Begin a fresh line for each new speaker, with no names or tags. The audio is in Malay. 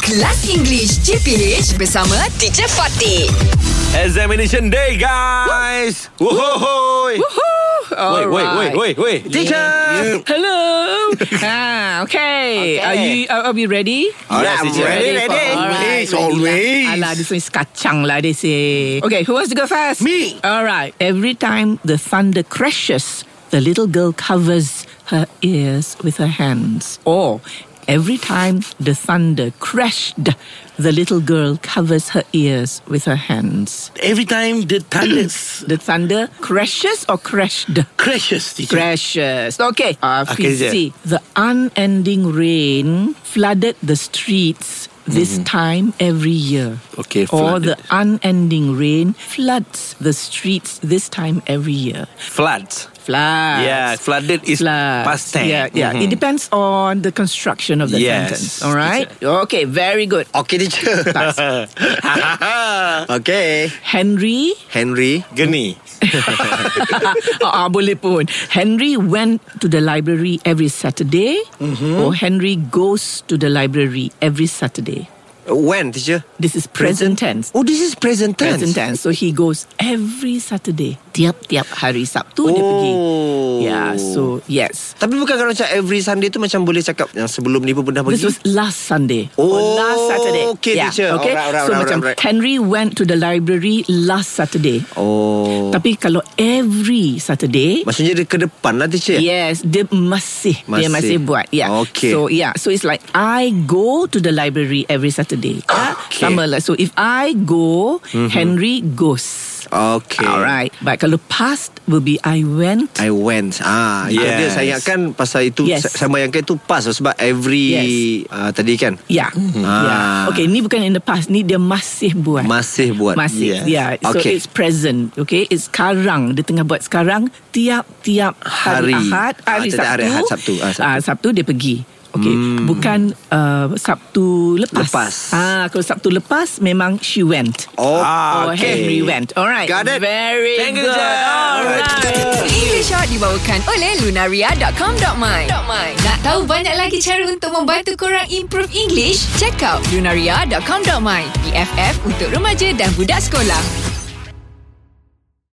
Kelas English CPH bersama Teacher Fatih.
Examination day, guys! Woohoo! Wait, wait, wait, wait, wait. Teacher!
Hello. ah,
Okay.
okay. Are you are, are we ready?
Yes, teacher.
for-
Always,
ready
always.
Lah. Alah, this one is kacang lah, they say. Okay, who wants to go first?
Me.
All right. Every time the thunder crashes, the little girl covers her ears with her hands. Or every time the thunder crashed, the little girl covers her ears with her hands.
Every time the thunders
The thunder crashes or crashed?
crashes, teacher.
Precious. Okay. Uh,
Ah, Okay, je.
Fizi, the unending rain flooded the streets this
Mm-hmm.
time every year.
Okay,
Or
flooded.
the unending rain floods the streets this time every year.
Floods.
Floods.
Ah.
Yeah, flooded is
Floods.
past tense.
Yeah, yeah. It depends on the construction of the
Yes,
sentence. All right. Okay. Very good.
Okay, teacher. okay.
Henry
Henry.
Geni.
ah, ah, boleh pun. Henry went to the library every Saturday
Mm-hmm.
or Henry goes to the library every Saturday.
When, teacher?
This is present tense.
Oh, this is present tense.
Present tense. So he goes every Saturday. Tiap-tiap hari Sabtu dia pergi.
Oh.
Yeah, so yes.
Tapi bukan kalau macam every Sunday tu macam boleh cakap yang sebelum ni pun pernah pergi.
This was last Sunday. or
Oh,
last Saturday.
okay,
yeah,
teacher.
Okay.
Alright, alright,
so
alright,
macam
alright.
Henry went to the library last Saturday.
Oh.
Tapi kalau every Saturday,
Maksudnya dia ke depan lah, teacher.
Yes, dia masih,
Masih.
dia masih buat. Yeah.
Okay.
So yeah, so it's like I go to the library every Saturday. Yeah?
Okay. Mhm.
Sama lah. So if I go, Henry goes.
Okay.
Alright. But kalau past will be I went.
I went ah yes. itu dia
Yes.
saya ingatkan pasal itu
Yes.
yes. sama yang itu pas lah sebab every
Yes.
uh, tadi kan
yeah. yeah.
Ah.
ya. Okay, ni bukan in the past, ni dia masih buat.
masih buat
Yes.
Masih. Yeah. So
Okay.
it's present. Okay. It's sekarang. Dia tengah buat sekarang tiap-tiap
Hari.
hari, Ahad,
Ah,
hari
tidak
Sabtu.
hari Ahad, Sabtu. Ah, Sabtu. Hmm.
Ah, Sabtu dia pergi. Okay. Bukan uh, Sabtu lepas.
Lepas.
Ah, kalau Sabtu lepas memang she went.
Oh,
Ah,
Or Henry went. All right.
Got it.
Very
Thank you,
good.
Jen.
All right.
English Hot dibawakan oleh Lunaria.com.my Nak tahu banyak lagi cara untuk membantu korang improve English? Check out Lunaria.com.my BFF untuk remaja dan budak sekolah.